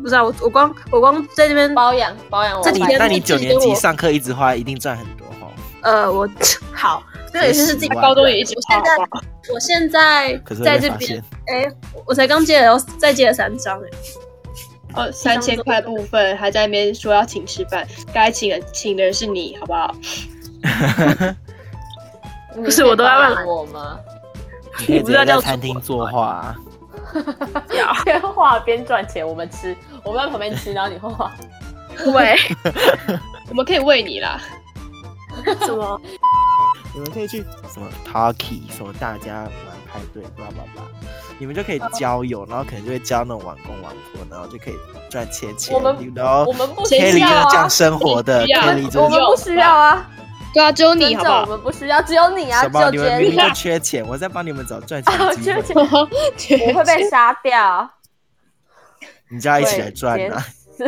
[SPEAKER 11] 不是啊，我我光我光在这边
[SPEAKER 3] 包养包养我
[SPEAKER 1] 那
[SPEAKER 11] 这
[SPEAKER 1] 你
[SPEAKER 11] 几天
[SPEAKER 1] 那你九年级
[SPEAKER 11] 我
[SPEAKER 1] 上课一直花，一定赚很多哦。
[SPEAKER 11] 呃，我好，这个也是自己
[SPEAKER 1] 他高中也
[SPEAKER 2] 一直
[SPEAKER 11] 我现在我现在
[SPEAKER 1] 可是
[SPEAKER 11] 在
[SPEAKER 1] 会
[SPEAKER 11] 这
[SPEAKER 1] 被发
[SPEAKER 11] 边
[SPEAKER 1] 现，
[SPEAKER 11] 哎、我才刚借了，再借了三张、哎，
[SPEAKER 2] 哦，三千块部分还在那边说要请吃饭，该请的请的人是你，好不好？
[SPEAKER 11] 不是我都要
[SPEAKER 3] 包
[SPEAKER 11] 让
[SPEAKER 3] 养我吗？
[SPEAKER 1] 你可以
[SPEAKER 3] 你不
[SPEAKER 1] 直
[SPEAKER 3] 是要
[SPEAKER 1] 接
[SPEAKER 3] 叫
[SPEAKER 1] 在
[SPEAKER 3] 我
[SPEAKER 1] 餐厅作画、啊。
[SPEAKER 3] 边画边赚钱，我们吃，我们在旁边吃，然后你画。
[SPEAKER 2] 喂，我们可以喂你啦。
[SPEAKER 11] [laughs] 什 [laughs] 么？
[SPEAKER 1] 你们可以去什么 Talkie，什么大家玩派对，叭叭叭，你们就可以交友，然后可能就会交那种王公王婆，然后就可以赚钱钱。
[SPEAKER 3] 我们
[SPEAKER 1] 然后
[SPEAKER 3] 我们不
[SPEAKER 1] Kelly 就是
[SPEAKER 3] 需要啊
[SPEAKER 1] 这样生活的
[SPEAKER 2] 需要
[SPEAKER 1] ，Kelly 就是
[SPEAKER 3] 我们不需要啊，
[SPEAKER 2] 对啊，只有你
[SPEAKER 3] 尊
[SPEAKER 2] 好
[SPEAKER 3] 重
[SPEAKER 2] 不
[SPEAKER 3] 我
[SPEAKER 2] 好？
[SPEAKER 3] 们不需要，只有你啊，哦
[SPEAKER 1] 什
[SPEAKER 3] 只
[SPEAKER 1] 么？你们
[SPEAKER 3] 有杰
[SPEAKER 1] 明
[SPEAKER 3] 力
[SPEAKER 1] 明就缺钱，我在帮你们找赚钱的
[SPEAKER 3] [laughs]
[SPEAKER 1] 机
[SPEAKER 3] 缺
[SPEAKER 1] 会
[SPEAKER 3] 钱，
[SPEAKER 2] [laughs]
[SPEAKER 3] 我会被杀掉。
[SPEAKER 1] 你就要一起来赚
[SPEAKER 3] 哦
[SPEAKER 1] 啊！
[SPEAKER 3] [laughs]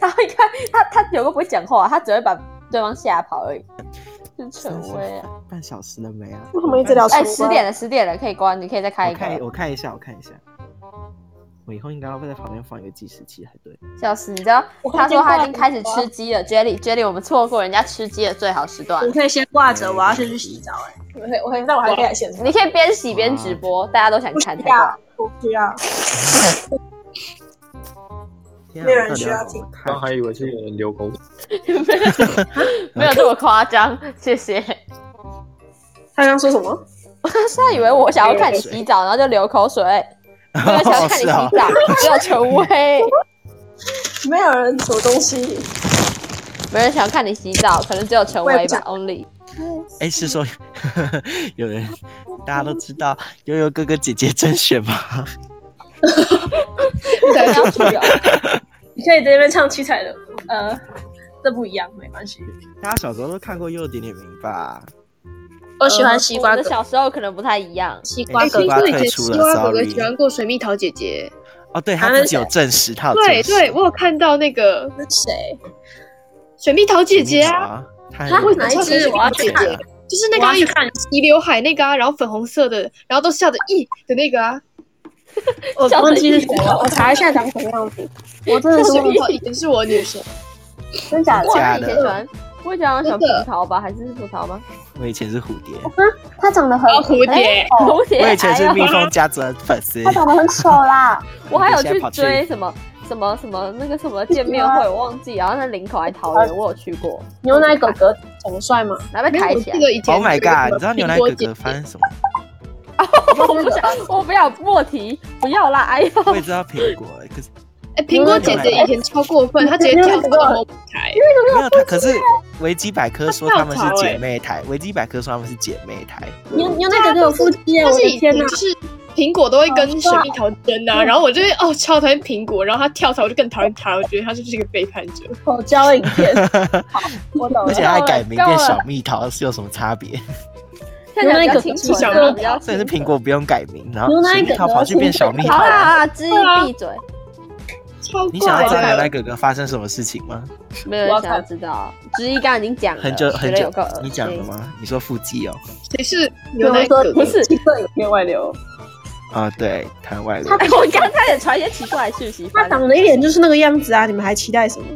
[SPEAKER 3] 他应该他他有个不会讲话、他只会把对方吓跑而已。是陈威啊！
[SPEAKER 1] 半小时了没啊？
[SPEAKER 11] 为什么一直聊
[SPEAKER 3] 哎，十点了，十点了，可以关，你可以再开一
[SPEAKER 1] 我看
[SPEAKER 3] 个。
[SPEAKER 1] 我看一下，我看一下。我以后应该会在旁边放一个计时器才对。
[SPEAKER 3] 笑死！你知道他说他已经开始吃鸡了，Jelly Jelly，我们错过人家吃鸡的最好时段
[SPEAKER 11] 你。可以先挂着，我要先去洗澡、哎，我可以，我可以，但我还可以来现场。
[SPEAKER 3] 你可以边洗边直播，大家都想看才挂。 [laughs]
[SPEAKER 11] 我不需要，
[SPEAKER 1] 天啊
[SPEAKER 11] 没有人需要听。
[SPEAKER 13] 刚还以为是有人流口水。
[SPEAKER 3] 没有这么夸张，谢谢。
[SPEAKER 11] 他刚说什么？
[SPEAKER 3] 我现在以为我想要看你洗澡，然后就流口水，没有想要看
[SPEAKER 1] [laughs]
[SPEAKER 3] 你洗
[SPEAKER 1] 哦
[SPEAKER 3] 澡，
[SPEAKER 1] 啊
[SPEAKER 3] 只有陈威。
[SPEAKER 11] 没有人什么东西。
[SPEAKER 3] 没人想看你洗澡，可能只有陈
[SPEAKER 11] 我也
[SPEAKER 3] 威
[SPEAKER 11] 不
[SPEAKER 3] 吧
[SPEAKER 11] 想
[SPEAKER 3] ，Only。
[SPEAKER 1] 哎，是说有人大家都知道悠悠哥哥姐姐甄选吗？ [laughs]
[SPEAKER 11] 你可以在这边唱七彩的，呃，这不一样，没关系。
[SPEAKER 1] 大家小时候都看过《又有点点名》吧？
[SPEAKER 11] 呃我喜欢西瓜
[SPEAKER 3] 我
[SPEAKER 11] 哥
[SPEAKER 3] 的，小时候可能不太一样。
[SPEAKER 11] 西
[SPEAKER 1] 瓜哥
[SPEAKER 2] 听说以前
[SPEAKER 1] 退出
[SPEAKER 2] 西
[SPEAKER 1] 了
[SPEAKER 2] 瓜哥哥
[SPEAKER 1] sorry
[SPEAKER 2] 喜欢过水蜜桃姐姐，
[SPEAKER 1] 哦，对他自己有证实，他有证
[SPEAKER 2] 对
[SPEAKER 1] 实。
[SPEAKER 2] 对，我有看到那个
[SPEAKER 11] 那谁，
[SPEAKER 2] 水蜜桃姐姐啊，
[SPEAKER 1] 啊，他
[SPEAKER 2] 她为什么
[SPEAKER 11] 哪一
[SPEAKER 2] 叫
[SPEAKER 11] 只
[SPEAKER 2] 水蜜
[SPEAKER 11] 我要
[SPEAKER 2] 桃姐
[SPEAKER 11] 去看
[SPEAKER 2] 姐？就是那个
[SPEAKER 11] 我
[SPEAKER 2] 啊
[SPEAKER 11] 要去
[SPEAKER 2] 有齐刘海那个啊，然后粉红色的，然后都笑的咦的那个啊，
[SPEAKER 11] 我
[SPEAKER 2] 笑
[SPEAKER 11] 忘记
[SPEAKER 2] 得
[SPEAKER 11] 是
[SPEAKER 2] 一
[SPEAKER 11] 谁
[SPEAKER 2] 脸
[SPEAKER 11] 了，我查一下长什么样子。我真的是
[SPEAKER 2] 我
[SPEAKER 11] 忘
[SPEAKER 2] 以
[SPEAKER 11] 记，
[SPEAKER 2] 前是我女神，
[SPEAKER 11] 真
[SPEAKER 1] 假
[SPEAKER 11] 假
[SPEAKER 1] 的假
[SPEAKER 11] 的？
[SPEAKER 1] 的
[SPEAKER 3] 以前喜欢，我以前好像喜欢葡萄吧，还是葡萄吗？
[SPEAKER 1] 我以前是蝴蝶，
[SPEAKER 11] 他长得很
[SPEAKER 2] 蝴蝶
[SPEAKER 11] 哎哦
[SPEAKER 3] [laughs] 蝴蝶，
[SPEAKER 1] 我以前是
[SPEAKER 3] 哎
[SPEAKER 1] 蜜
[SPEAKER 3] 呦
[SPEAKER 1] 蜂家族的粉丝
[SPEAKER 11] 他。长得很丑啦。
[SPEAKER 3] 我还有
[SPEAKER 1] 现在
[SPEAKER 3] 去
[SPEAKER 1] 跑去
[SPEAKER 3] 追什么什么什么那个什么见面会，我忘记，然后在林口还桃园，我有去过，
[SPEAKER 11] 牛奶哥哥长得帅吗？
[SPEAKER 3] 然后被抬起来
[SPEAKER 2] 没有我记。得以前
[SPEAKER 1] Oh my
[SPEAKER 2] 那个
[SPEAKER 1] god！你知道牛奶哥哥发生什么？
[SPEAKER 3] [laughs] 我不想，我不要莫提，不要啦！哎呦，
[SPEAKER 1] 我也知道苹果，可是
[SPEAKER 2] 哎，苹果姐姐以前超过分，她直接跳到后台，
[SPEAKER 1] 没有他，可是维基百科说他们是
[SPEAKER 2] 她跳槽欸
[SPEAKER 1] 姐妹
[SPEAKER 3] [laughs]
[SPEAKER 1] 台，维基百科说他们是姐妹台。
[SPEAKER 11] 牛牛奶哥哥有腹肌耶！
[SPEAKER 2] 但
[SPEAKER 11] 我
[SPEAKER 2] 是以
[SPEAKER 11] 的
[SPEAKER 2] 前
[SPEAKER 11] 天哪
[SPEAKER 2] 就！是苹果都会跟水蜜桃争啊，然后我就会哦超讨厌苹果，然后她跳槽我就更讨厌她，我觉得她就是一个背叛者。
[SPEAKER 11] 口交影片，
[SPEAKER 1] [laughs]
[SPEAKER 11] 我
[SPEAKER 3] 哦
[SPEAKER 11] 懂
[SPEAKER 1] 而
[SPEAKER 11] 了
[SPEAKER 1] 且。他还改名
[SPEAKER 3] 够了
[SPEAKER 1] 变小蜜桃是有什么差别？
[SPEAKER 3] 看起来比较清楚，
[SPEAKER 2] 小
[SPEAKER 3] 比较
[SPEAKER 1] 所以
[SPEAKER 3] 清
[SPEAKER 1] 是
[SPEAKER 3] 楚。
[SPEAKER 1] 苹果不用改名，然后
[SPEAKER 11] 牛奶
[SPEAKER 1] 水蜜桃
[SPEAKER 11] 哥哥
[SPEAKER 1] 跑去变小蜜
[SPEAKER 3] [laughs] 好
[SPEAKER 1] 桃
[SPEAKER 3] 啦。好啦，之一闭嘴，
[SPEAKER 2] 超
[SPEAKER 1] 你想要知道
[SPEAKER 2] 怪
[SPEAKER 1] 牛
[SPEAKER 2] 的
[SPEAKER 1] 奶哥哥发生什么事情吗？
[SPEAKER 3] 没有人想要知道。之一刚刚已经讲了，
[SPEAKER 1] 很久很
[SPEAKER 3] 觉得
[SPEAKER 1] 久
[SPEAKER 3] 有够恶，心
[SPEAKER 1] 你讲了？吗？你说腹肌哦？
[SPEAKER 2] 谁是牛奶哥哥？
[SPEAKER 3] 不是，
[SPEAKER 11] 气色影片外流。
[SPEAKER 1] 啊，对，台湾外流
[SPEAKER 11] 他。
[SPEAKER 3] 哎我刚开始传一些奇怪的讯息，
[SPEAKER 11] 他长得一脸就是那个样子啊！你们还期待什么？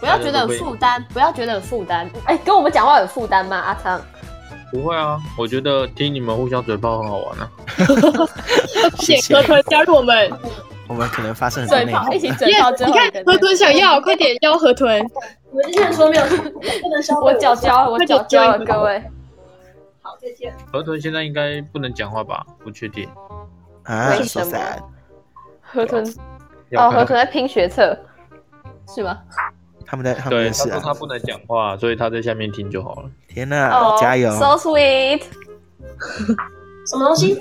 [SPEAKER 3] 不要觉得很负担，不要觉得很负担。哎，跟我们讲话有负担吗？阿汤，
[SPEAKER 13] 不会啊，我觉得听你们互相嘴炮很好玩啊。
[SPEAKER 1] 谢谢
[SPEAKER 2] 何。豚加入我 [laughs] 们，
[SPEAKER 1] 我们可能发生很多
[SPEAKER 3] 嘴
[SPEAKER 1] 内
[SPEAKER 3] 炮一起
[SPEAKER 1] 讧。
[SPEAKER 3] 嘴炮之
[SPEAKER 2] 你
[SPEAKER 3] 后，
[SPEAKER 2] 看河豚想要，快点邀河豚。
[SPEAKER 11] 我就想说没有，不能消
[SPEAKER 3] [laughs] 我脚交了，我脚交了，各位。
[SPEAKER 11] 好，再见。
[SPEAKER 13] 河豚现在应该不能讲话吧？不确定。
[SPEAKER 1] 啊，
[SPEAKER 3] 为
[SPEAKER 1] 说
[SPEAKER 3] 什么
[SPEAKER 1] 散。
[SPEAKER 3] 河豚
[SPEAKER 13] 要
[SPEAKER 3] 哦，
[SPEAKER 13] 看
[SPEAKER 3] 河豚在拼学测，是吗？
[SPEAKER 1] 他们在他
[SPEAKER 13] 对，
[SPEAKER 1] 们
[SPEAKER 13] 他
[SPEAKER 1] 是
[SPEAKER 13] 说他
[SPEAKER 1] 啊。
[SPEAKER 13] 不能讲话，所以他在下面听就好了。
[SPEAKER 1] 天哪
[SPEAKER 3] 哦，，
[SPEAKER 1] 啊加油！
[SPEAKER 3] ，so sweet。
[SPEAKER 11] 什么东西？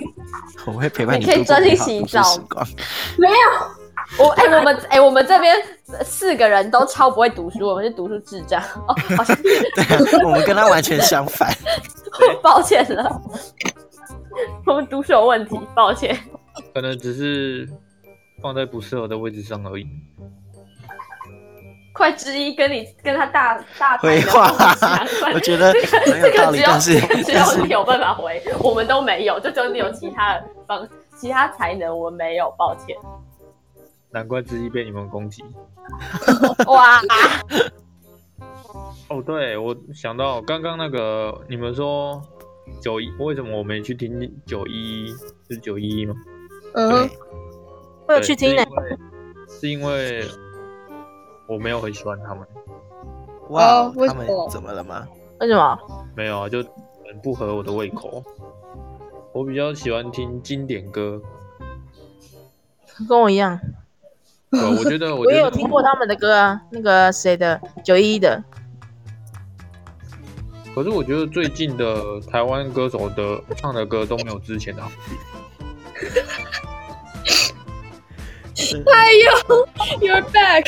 [SPEAKER 1] 我会陪伴
[SPEAKER 3] 你
[SPEAKER 1] 你。
[SPEAKER 3] 可以专心洗澡
[SPEAKER 11] 没有。
[SPEAKER 3] 我哎、我们哎、我们这边四个人都超不会读书，我们是读书智障哦，好像
[SPEAKER 1] [laughs] 对，我们跟他完全相反。
[SPEAKER 3] [laughs] 抱歉了，我们读书有问题，抱歉。
[SPEAKER 13] 可能只是放在不适合的位置上而已。
[SPEAKER 3] 快之一跟你跟他大大
[SPEAKER 1] 回话
[SPEAKER 3] 大谈
[SPEAKER 1] [laughs] 我觉得
[SPEAKER 3] 啊这个
[SPEAKER 1] 很有道理但
[SPEAKER 3] 这个只有
[SPEAKER 1] 是
[SPEAKER 3] 只
[SPEAKER 1] 但 [laughs]
[SPEAKER 3] 有
[SPEAKER 1] 是
[SPEAKER 3] 你有办法回，我们都没有，就只有你有其他的方其他才能，我们没有，抱歉。
[SPEAKER 13] 难怪之一被你们攻击。
[SPEAKER 1] [laughs]
[SPEAKER 3] 哇，
[SPEAKER 13] 哦，对，我想到刚刚那个，你们说九一，为什么我没去听九一一？是九一一吗？
[SPEAKER 11] 嗯，我有去听呢
[SPEAKER 13] 对。是因为是因为我没有很喜欢他们，
[SPEAKER 1] 哇
[SPEAKER 2] 哦，为
[SPEAKER 1] 他
[SPEAKER 2] 什么
[SPEAKER 1] 们怎么了吗？
[SPEAKER 10] 为什么？
[SPEAKER 13] 没有啊，就很不合我的胃口。我比较喜欢听经典歌，
[SPEAKER 10] 跟我一样，
[SPEAKER 13] 对吧，我觉得，我
[SPEAKER 10] [laughs] 我
[SPEAKER 13] 觉
[SPEAKER 10] 也有
[SPEAKER 13] 得
[SPEAKER 10] 听过他们的歌啊，那个谁的九一的，
[SPEAKER 13] 可是我觉得最近的台湾歌手的唱的歌都没有之前的好。
[SPEAKER 2] 哎呦，You're back！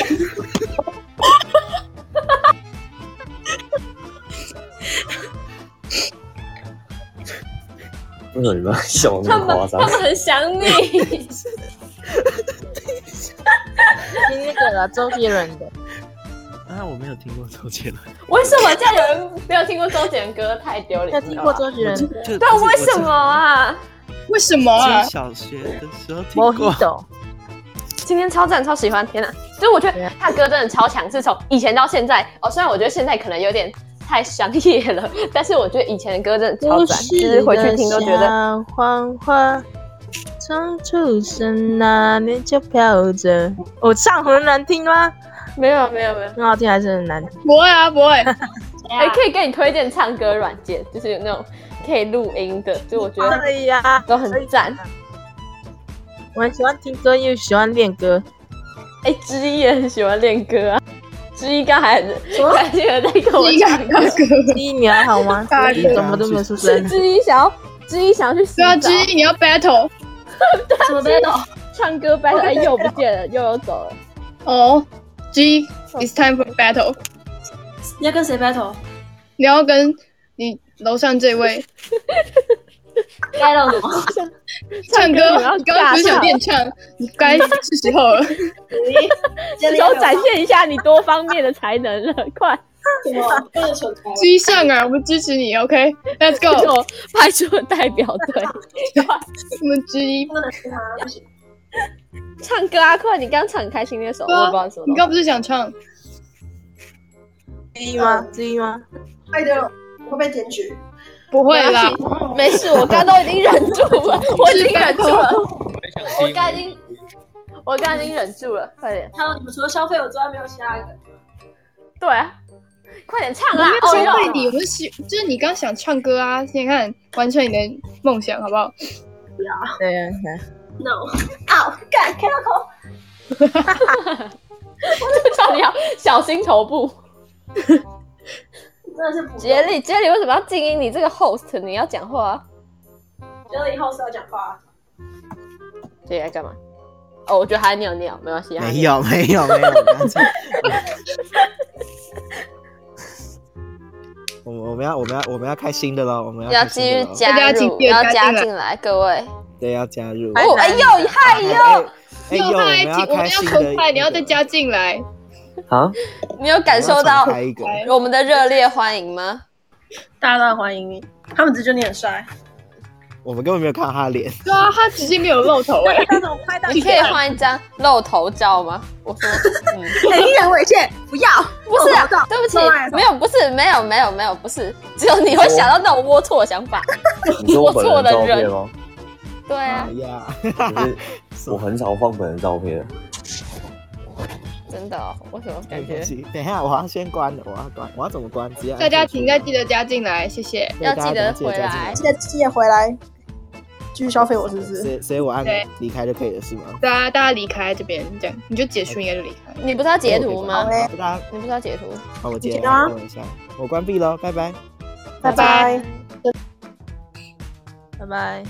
[SPEAKER 8] 为什么你们笑得
[SPEAKER 3] 他
[SPEAKER 8] 那么
[SPEAKER 3] 们
[SPEAKER 8] 夸张
[SPEAKER 3] 他？们很
[SPEAKER 1] [laughs]
[SPEAKER 3] 想你，
[SPEAKER 10] 听那个啦周杰伦 [laughs] 的，
[SPEAKER 1] 啊，我没有听过周杰伦。
[SPEAKER 3] 为什么这样有人没有听过周杰伦歌？太丢脸
[SPEAKER 10] 有
[SPEAKER 3] 了。
[SPEAKER 10] 听过周杰伦的
[SPEAKER 1] [laughs] 就
[SPEAKER 3] 但为什么？啊？
[SPEAKER 2] 为什么
[SPEAKER 1] 我
[SPEAKER 2] 啊
[SPEAKER 1] 是？小学的时候听
[SPEAKER 10] 《
[SPEAKER 1] 过。
[SPEAKER 10] Mojito》，
[SPEAKER 3] 今天超赞，超喜欢！天哪，就是我觉得他歌真的超强，是从以前到现在哦。虽然我觉得现在可能有点太商业了， [laughs] 但是我觉得以前的歌真的超赞，就是回去听都觉得
[SPEAKER 10] 小黄花从出生那年就飘着。我唱很难听吗？
[SPEAKER 3] 没有没有没有。
[SPEAKER 10] 很好听还是很难听？
[SPEAKER 2] 不会啊，不会。
[SPEAKER 3] 哎、可以跟你推荐唱歌软件，就是有那种可以录音的，就我觉得
[SPEAKER 10] 哎呀，
[SPEAKER 3] 都很赞。
[SPEAKER 10] 我很喜欢听歌，又喜欢练歌。
[SPEAKER 3] 哎、知一也很喜欢练歌啊，知一刚还还记得在跟我
[SPEAKER 2] 一
[SPEAKER 3] 唱歌
[SPEAKER 2] 大，哥，
[SPEAKER 10] 第一你还好吗？
[SPEAKER 2] 大哥
[SPEAKER 10] 怎么都没有出
[SPEAKER 3] 是
[SPEAKER 10] 声？
[SPEAKER 3] 知一想要知一想要去洗
[SPEAKER 2] 对啊，
[SPEAKER 3] 澡
[SPEAKER 2] 之，一你要 battle
[SPEAKER 11] 什么 battle？
[SPEAKER 3] 唱歌班，哎、又不见了，又又走了。
[SPEAKER 2] 哦。之一，it's time for battle。
[SPEAKER 11] 你要跟谁 battle？
[SPEAKER 2] 你要跟你楼上这位
[SPEAKER 11] battle 什么？
[SPEAKER 2] 唱
[SPEAKER 3] 唱歌
[SPEAKER 2] 歌
[SPEAKER 3] 你要，
[SPEAKER 2] 你刚刚不是想练唱，你该是时候了。
[SPEAKER 3] 这时候展现一下你多方面的才能了，快！ [laughs]
[SPEAKER 2] 什么？居上啊，我们支持你，OK？Let's、go，
[SPEAKER 3] [laughs] 派出代表队，
[SPEAKER 2] 我们之一。
[SPEAKER 3] [laughs] 唱歌啊，快！你刚唱很开心那首，我也不知道什么
[SPEAKER 2] 啊你
[SPEAKER 3] 东西。
[SPEAKER 2] 刚不是想唱？
[SPEAKER 11] 之一吗？之一吗？
[SPEAKER 4] 快点，我会被检举。
[SPEAKER 2] 不会啦，
[SPEAKER 3] 没事，我刚都已经忍住 [laughs] 了，我已经忍住了，我刚已经，我刚已经忍住了，快点。
[SPEAKER 11] 还有你们除了消费我之外没有其他人。
[SPEAKER 3] 对啊，快点唱
[SPEAKER 2] 我
[SPEAKER 3] 啦！
[SPEAKER 2] 没
[SPEAKER 3] 哦
[SPEAKER 2] 有消费
[SPEAKER 3] 哟
[SPEAKER 2] 你，我是希就是你刚想唱歌啊，先看完成你的梦想好不好？
[SPEAKER 11] 不要
[SPEAKER 10] 对啊，
[SPEAKER 11] ，no，啊，干开到
[SPEAKER 3] [laughs]
[SPEAKER 11] 口，
[SPEAKER 3] 到底要小心头部。
[SPEAKER 11] 真的是不
[SPEAKER 3] 杰里，杰里为什么要静音？你这个 host，你要讲话、啊。
[SPEAKER 11] 觉得以后是要讲话。啊
[SPEAKER 3] 杰里在干嘛？哦，我觉得还尿尿，没关系。还
[SPEAKER 1] 没有没有没有，我
[SPEAKER 3] [laughs]
[SPEAKER 1] 刚才我我们要我们要我们要开新的喽，我们
[SPEAKER 3] 要
[SPEAKER 1] 开新
[SPEAKER 3] 继续
[SPEAKER 1] 的咯
[SPEAKER 3] 加入，要加进来，各位。
[SPEAKER 1] 对，要加入。
[SPEAKER 3] 哦，哎呦，嗨呦，
[SPEAKER 1] 哎呦，
[SPEAKER 2] 又
[SPEAKER 1] 我们
[SPEAKER 2] 快，
[SPEAKER 1] 要
[SPEAKER 2] 我们
[SPEAKER 1] 开
[SPEAKER 2] 要
[SPEAKER 1] 新
[SPEAKER 2] 澎湃，
[SPEAKER 1] 的
[SPEAKER 2] 你要再加进来。
[SPEAKER 1] 啊！
[SPEAKER 3] 你有感受
[SPEAKER 1] 我要
[SPEAKER 3] 到
[SPEAKER 1] 重开一个
[SPEAKER 3] 我们的热烈欢迎吗？
[SPEAKER 11] 大大欢迎你，他们只觉得你很帅。
[SPEAKER 1] 我们根本没有看到他脸，
[SPEAKER 2] 对啊，他直接没有露头哎、
[SPEAKER 3] 你可以换一张露头照吗？我
[SPEAKER 11] [laughs]
[SPEAKER 3] 说，嗯，
[SPEAKER 11] 哎很人猥亵，不要，
[SPEAKER 3] 不是、啊
[SPEAKER 11] 露头照，
[SPEAKER 3] 对不起
[SPEAKER 11] 露外，头
[SPEAKER 3] 没有，不是，没有，没有，没有，不是，只有你会想到那种龌龊的想法。
[SPEAKER 14] 你说我本
[SPEAKER 3] 我错
[SPEAKER 14] 人
[SPEAKER 3] 的
[SPEAKER 14] 照
[SPEAKER 3] 人
[SPEAKER 14] 片吗？
[SPEAKER 3] 对啊
[SPEAKER 1] 哎，呀，
[SPEAKER 14] 可是我很少放本人照片。
[SPEAKER 3] 真的、哦，为什么
[SPEAKER 1] 没
[SPEAKER 3] 感觉
[SPEAKER 1] 关系。等一下，我要先关了，我要关，我要怎么关？直接按
[SPEAKER 2] 大家
[SPEAKER 1] 下去
[SPEAKER 2] 请再记得加进来，谢谢。
[SPEAKER 1] 对要大家记得记得回加进来来
[SPEAKER 11] 记得记得回来，继续消费我是不是？
[SPEAKER 1] 所以所以我按
[SPEAKER 2] 对
[SPEAKER 1] 离开就可以了，是吗？
[SPEAKER 2] 大家大家离开这边，这样你就结束，应该就离开。
[SPEAKER 3] 你不是要截图吗
[SPEAKER 1] 好嘞哦好嘞？
[SPEAKER 3] 你不是要哎截图？
[SPEAKER 1] 好，我接
[SPEAKER 3] 你觉得吗
[SPEAKER 1] 了，等我一下，我关闭喽，拜拜。
[SPEAKER 11] 拜拜，拜拜。